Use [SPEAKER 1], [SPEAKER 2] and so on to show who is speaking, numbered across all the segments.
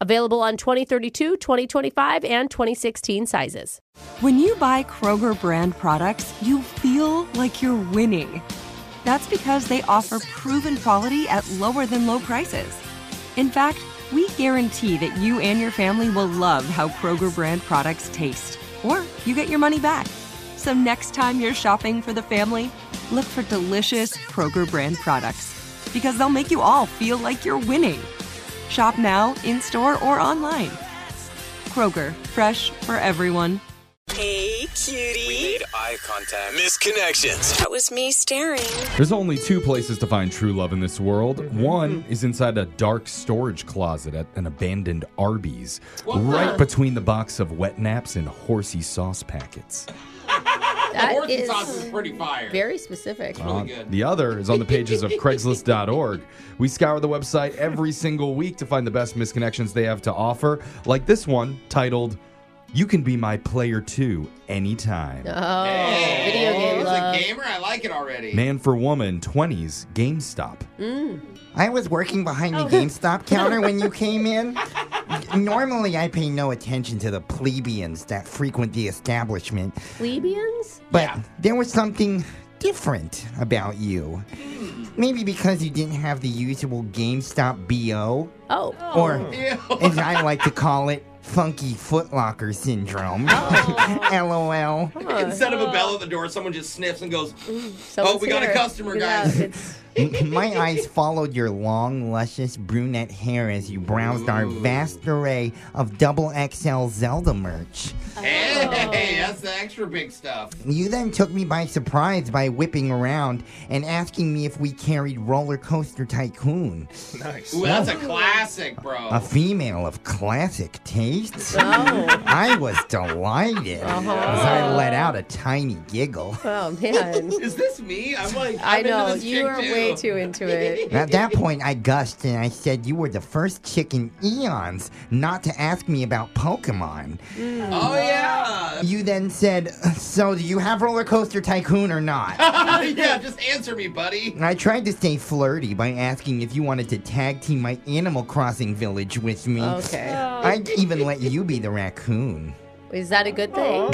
[SPEAKER 1] Available on 2032, 2025, and 2016 sizes.
[SPEAKER 2] When you buy Kroger brand products, you feel like you're winning. That's because they offer proven quality at lower than low prices. In fact, we guarantee that you and your family will love how Kroger brand products taste, or you get your money back. So next time you're shopping for the family, look for delicious Kroger brand products because they'll make you all feel like you're winning. Shop now, in store, or online. Kroger, fresh for everyone.
[SPEAKER 3] Hey, cutie.
[SPEAKER 4] We made eye contact. Misconnections.
[SPEAKER 3] That was me staring.
[SPEAKER 5] There's only two places to find true love in this world. One is inside a dark storage closet at an abandoned Arby's, right between the box of wet naps and horsey sauce packets.
[SPEAKER 1] That
[SPEAKER 6] Orchid
[SPEAKER 1] is
[SPEAKER 6] sauce is pretty fire.
[SPEAKER 1] Very specific.
[SPEAKER 5] Uh, the other is on the pages of Craigslist.org. We scour the website every single week to find the best misconnections they have to offer, like this one titled, You Can Be My Player Too Anytime.
[SPEAKER 1] Oh,
[SPEAKER 6] Hey,
[SPEAKER 1] video game
[SPEAKER 6] he's
[SPEAKER 1] love.
[SPEAKER 6] a gamer. I like it already.
[SPEAKER 5] Man for Woman 20s GameStop.
[SPEAKER 7] I was working behind the GameStop counter when you came in. Normally, I pay no attention to the plebeians that frequent the establishment,
[SPEAKER 1] Plebeians?
[SPEAKER 7] but there was something different about you. Maybe because you didn't have the usual GameStop BO,
[SPEAKER 1] Oh.
[SPEAKER 7] or as I like to call it, funky footlocker syndrome. LOL.
[SPEAKER 6] Instead of a bell at the door, someone just sniffs and goes,
[SPEAKER 1] someone's
[SPEAKER 6] Oh, we got a
[SPEAKER 1] here.
[SPEAKER 6] customer,
[SPEAKER 1] Yeah,
[SPEAKER 6] guys.
[SPEAKER 1] it's-
[SPEAKER 7] My eyes followed your long, luscious brunette hair as you browsed our vast array of double XL Zelda merch.
[SPEAKER 1] Oh.
[SPEAKER 6] Hey, that's the extra big stuff.
[SPEAKER 7] You then took me by surprise by whipping around and asking me if we carried Roller Coaster Tycoon,
[SPEAKER 6] Ooh, that's a classic, bro.
[SPEAKER 7] a female of classic tastes.
[SPEAKER 1] oh.
[SPEAKER 7] I was delighted as I let out a tiny giggle.
[SPEAKER 1] oh, man.
[SPEAKER 6] Is this me? I'm like,
[SPEAKER 1] I
[SPEAKER 6] I'm
[SPEAKER 1] know.
[SPEAKER 6] Into this
[SPEAKER 1] You
[SPEAKER 6] chick
[SPEAKER 1] are
[SPEAKER 6] too.
[SPEAKER 1] way too into it.
[SPEAKER 7] At that point, I gushed and I said you were the first chick in eons not to ask me about Pokemon.
[SPEAKER 6] Oh yeah.
[SPEAKER 7] You then said, So, do you have Roller Coaster Tycoon or not?
[SPEAKER 6] yeah, just answer me, buddy.
[SPEAKER 7] And I tried to stay flirty by asking if you wanted to tag team my Animal Crossing village with me.
[SPEAKER 1] Okay.
[SPEAKER 7] I even let you be the raccoon.
[SPEAKER 1] Is that a good thing?
[SPEAKER 6] Uh,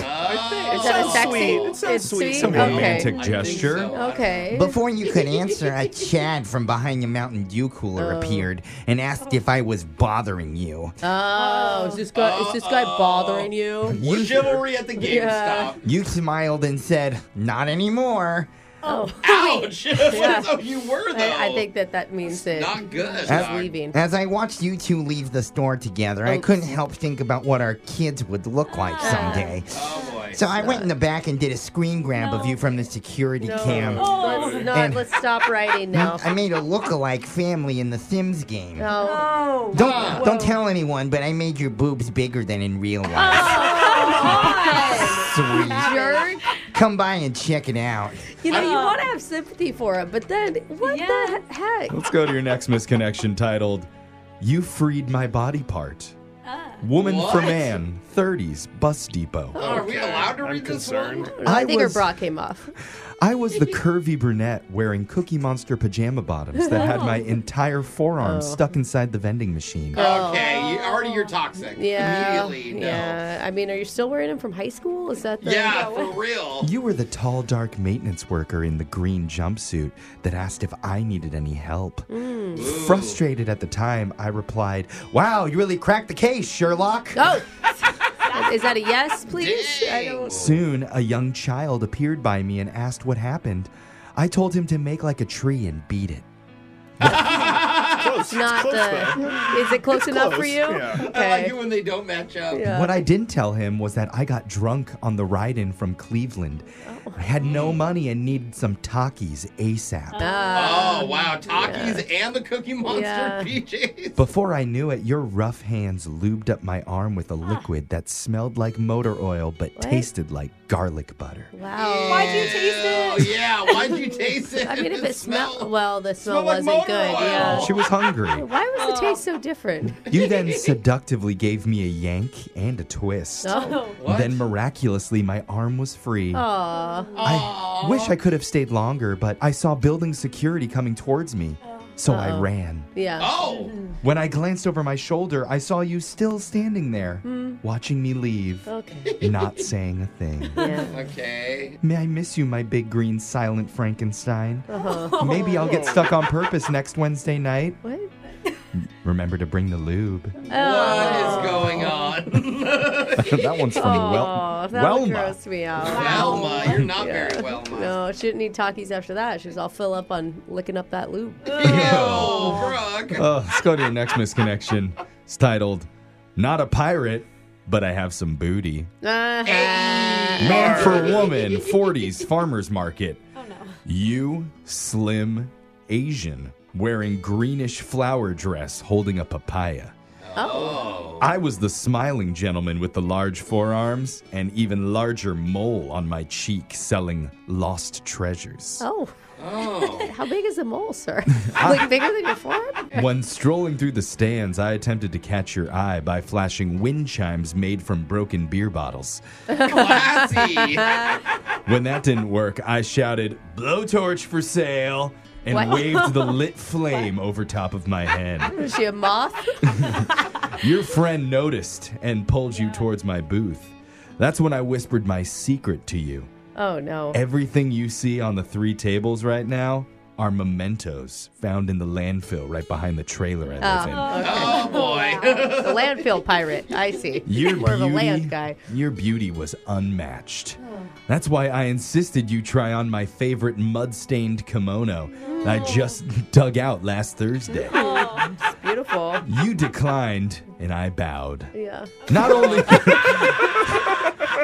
[SPEAKER 1] Is that a
[SPEAKER 8] sounds
[SPEAKER 1] sexy?
[SPEAKER 8] sweet. It sounds
[SPEAKER 1] it's
[SPEAKER 8] sweet.
[SPEAKER 1] sweet?
[SPEAKER 8] Some
[SPEAKER 1] okay.
[SPEAKER 5] romantic
[SPEAKER 6] I think
[SPEAKER 5] gesture.
[SPEAKER 6] so.
[SPEAKER 1] Okay.
[SPEAKER 7] Before you could answer, a Chad from behind the Mountain Dew cooler appeared and asked if I was bothering you.
[SPEAKER 1] Oh, is this guy is this
[SPEAKER 6] Oh.
[SPEAKER 1] guy bothering you?
[SPEAKER 6] We're chivalry at the GameStop.
[SPEAKER 1] Yeah.
[SPEAKER 7] You smiled and said, Not anymore.
[SPEAKER 1] Oh,
[SPEAKER 6] Ouch! oh, you were though.
[SPEAKER 1] I, I think that that means it.
[SPEAKER 6] not good.
[SPEAKER 1] She's leaving. Oh.
[SPEAKER 7] As I watched you two leave the store together, I
[SPEAKER 1] Oops.
[SPEAKER 7] couldn't help think about what our kids would look like
[SPEAKER 1] Ah.
[SPEAKER 7] someday.
[SPEAKER 6] Oh boy.
[SPEAKER 7] So I went in the back and did a screen grab of you from the security cam.
[SPEAKER 1] Oh. Let's not.
[SPEAKER 7] And-
[SPEAKER 1] let's stop writing now.
[SPEAKER 7] I made a look-alike family in the Sims game.
[SPEAKER 1] No.
[SPEAKER 7] Don't don't tell anyone, but I made your boobs bigger than in real life. Sweet.
[SPEAKER 1] Jerk.
[SPEAKER 7] Come by and check it out.
[SPEAKER 1] You know,
[SPEAKER 6] Uh.
[SPEAKER 1] you want to have sympathy for him, but then what the he- heck?
[SPEAKER 5] Let's go to your next misconnection titled, You Freed My Body Part. Woman for
[SPEAKER 6] What?
[SPEAKER 5] Man, 30s bus depot.
[SPEAKER 6] Are we allowed to
[SPEAKER 8] I'm
[SPEAKER 6] read this
[SPEAKER 8] concerned.
[SPEAKER 6] one?
[SPEAKER 1] Oh, I,
[SPEAKER 5] I
[SPEAKER 1] think
[SPEAKER 5] was-
[SPEAKER 1] her bra came off.
[SPEAKER 5] I was the curvy brunette wearing Cookie Monster pajama bottoms that had my entire forearm stuck inside the vending machine.
[SPEAKER 6] Okay, you, already you're toxic.
[SPEAKER 1] Oh. Yeah.
[SPEAKER 6] Immediately, no.
[SPEAKER 1] Yeah. I mean, are you still wearing them from high school? Is that the
[SPEAKER 6] Yeah, for real.
[SPEAKER 5] You were the tall, dark maintenance worker in the green jumpsuit that asked if I needed any help. Frustrated at the time, I replied, Wow, you really cracked the case, Sherlock.
[SPEAKER 1] Oh. Is that a yes, please? I
[SPEAKER 6] Dang.
[SPEAKER 1] don't.
[SPEAKER 5] Soon, a young child appeared by me and asked what happened. I told him to make like a tree and beat it.
[SPEAKER 8] Close.
[SPEAKER 1] Not
[SPEAKER 8] it's close, though.
[SPEAKER 1] the. Is it close enough for
[SPEAKER 8] close,
[SPEAKER 1] you?
[SPEAKER 8] yeah.
[SPEAKER 6] I like
[SPEAKER 1] Okay.
[SPEAKER 6] it when they don't match up.
[SPEAKER 1] Yeah.
[SPEAKER 5] What I didn't tell him was that I got drunk on the ride in from Cleveland. I had no money and needed some Takis ASAP.
[SPEAKER 6] Oh wow, Takis and the Cookie Monster
[SPEAKER 1] Yeah.
[SPEAKER 6] PJs.
[SPEAKER 5] Before I knew it, your rough hands lubed up my arm with a liquid that smelled like motor oil but tasted like garlic butter.
[SPEAKER 1] Wow.
[SPEAKER 6] Why'd you taste it? Oh, Yeah, why'd you taste it?
[SPEAKER 1] I mean, if
[SPEAKER 6] The
[SPEAKER 1] it smelled.
[SPEAKER 6] smell.
[SPEAKER 1] Well, the smell
[SPEAKER 6] Smelled like
[SPEAKER 1] wasn't
[SPEAKER 6] motor
[SPEAKER 1] good.
[SPEAKER 6] oil. Oh.
[SPEAKER 1] Yeah.
[SPEAKER 5] She was hungry.
[SPEAKER 1] Why was the taste so different?
[SPEAKER 5] You then seductively gave me a yank and a twist.
[SPEAKER 1] Oh.
[SPEAKER 5] Then miraculously, my arm was free.
[SPEAKER 1] Aw.
[SPEAKER 5] I wish I could have stayed longer, but I saw building security coming towards me, so I ran.
[SPEAKER 1] Yeah.
[SPEAKER 6] Oh,
[SPEAKER 1] Mm-hmm.
[SPEAKER 5] When I glanced over my shoulder, I saw you still standing there,
[SPEAKER 1] Hmm.
[SPEAKER 5] watching me leave,
[SPEAKER 6] Oh.
[SPEAKER 1] Okay.
[SPEAKER 5] not saying a thing.
[SPEAKER 1] Yeah.
[SPEAKER 6] okay.
[SPEAKER 5] May I miss you, my big green silent Frankenstein? Maybe I'll get stuck on purpose next Wednesday night.
[SPEAKER 1] Uh-huh. What?
[SPEAKER 5] Remember to bring the lube.
[SPEAKER 6] What is going on?
[SPEAKER 5] that one's from
[SPEAKER 1] Oh,
[SPEAKER 5] Wel-
[SPEAKER 1] that would
[SPEAKER 5] Welma.
[SPEAKER 1] gross me out.
[SPEAKER 6] Velma, you're not very well.
[SPEAKER 1] No, shouldn't need talkies after that. She was all fill up on licking up that lube.
[SPEAKER 6] Ew, Brooke.
[SPEAKER 5] Oh, let's go to your next misconnection. It's titled "Not a Pirate, but I Have Some Booty."
[SPEAKER 6] Hey.
[SPEAKER 5] Man for woman, 40s farmers market. Oh no. You slim Asian wearing greenish flower dress holding a papaya.
[SPEAKER 6] Oh.
[SPEAKER 5] I was the smiling gentleman with the large forearms and even larger mole on my cheek selling lost treasures.
[SPEAKER 1] Oh,
[SPEAKER 6] Oh.
[SPEAKER 1] how big is the mole, sir? like bigger than your forearm?
[SPEAKER 5] When strolling through the stands, I attempted to catch your eye by flashing wind chimes made from broken beer bottles.
[SPEAKER 6] Classy.
[SPEAKER 5] When that didn't work, I shouted, blowtorch for sale, and
[SPEAKER 1] What?
[SPEAKER 5] waved the lit flame over top of my head.
[SPEAKER 1] Is she a moth?
[SPEAKER 5] Your friend noticed and pulled you towards my booth. That's when I whispered my secret to you.
[SPEAKER 1] Oh no.
[SPEAKER 5] Everything you see on the three tables right now are mementos found in the landfill right behind the trailer I live in.
[SPEAKER 6] Oh boy.
[SPEAKER 1] The landfill pirate. I see.
[SPEAKER 5] Your
[SPEAKER 1] More of a
[SPEAKER 5] beauty,
[SPEAKER 1] land guy.
[SPEAKER 5] Your beauty was unmatched.
[SPEAKER 1] Hmm.
[SPEAKER 5] That's why I insisted you try on my favorite mud-stained kimono that I
[SPEAKER 1] Hmm.
[SPEAKER 5] just dug out last Thursday.
[SPEAKER 1] Beautiful.
[SPEAKER 5] You declined, and I bowed.
[SPEAKER 1] Yeah.
[SPEAKER 5] Not only,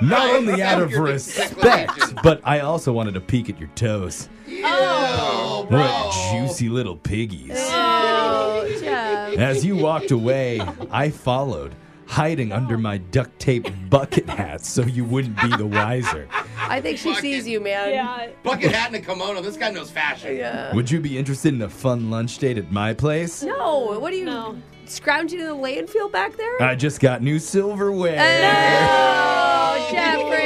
[SPEAKER 5] not only out of
[SPEAKER 6] Your
[SPEAKER 5] respect, but I also wanted to peek at your toes.
[SPEAKER 6] Oh,
[SPEAKER 5] What
[SPEAKER 6] bro.
[SPEAKER 5] juicy little piggies!
[SPEAKER 1] Oh, Jeff.
[SPEAKER 5] As you walked away, I followed, hiding under my duct tape bucket hat so you wouldn't be the wiser.
[SPEAKER 1] I think she sees you, man.
[SPEAKER 6] Bucket hat and a kimono. This guy knows fashion.
[SPEAKER 5] Would you be interested in a fun lunch date at my place?
[SPEAKER 1] No. Oh, What are you scrounging in the landfill back there?
[SPEAKER 5] I just got new silverware.
[SPEAKER 1] oh, Jeffrey.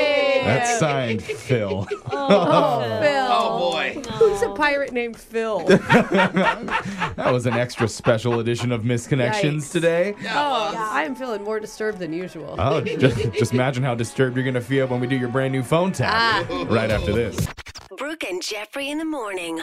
[SPEAKER 5] That's signed, Phil.
[SPEAKER 1] oh, Phil.
[SPEAKER 6] Oh boy.
[SPEAKER 1] Who's a pirate named Phil?
[SPEAKER 5] that was an extra special edition of Misconnections
[SPEAKER 1] Yikes.
[SPEAKER 5] today.
[SPEAKER 1] Oh, I'm feeling more disturbed than usual.
[SPEAKER 5] Oh, just, just imagine how disturbed you're going to feel when we do your brand new phone tap
[SPEAKER 1] Ah.
[SPEAKER 5] right after this.
[SPEAKER 3] Brooke and Jeffrey in the morning.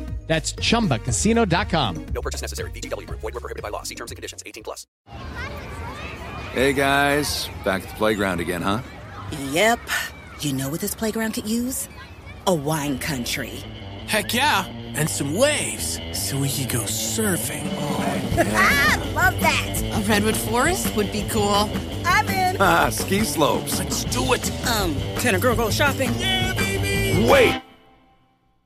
[SPEAKER 9] That's chumbacasino.com.
[SPEAKER 10] No purchase necessary. VGW Group. Void were prohibited by law. See terms and conditions. 18 plus.
[SPEAKER 11] Hey guys, back at the playground again, huh?
[SPEAKER 12] Yep. You know what this playground could use? A wine country.
[SPEAKER 4] Heck yeah. And some waves so we could go surfing.
[SPEAKER 12] ah, love that. A redwood forest would be cool. I'm in.
[SPEAKER 11] Ah, ski slopes.
[SPEAKER 4] Let's do it.
[SPEAKER 12] Um, can a girl go shopping? Yeah, baby.
[SPEAKER 11] Wait!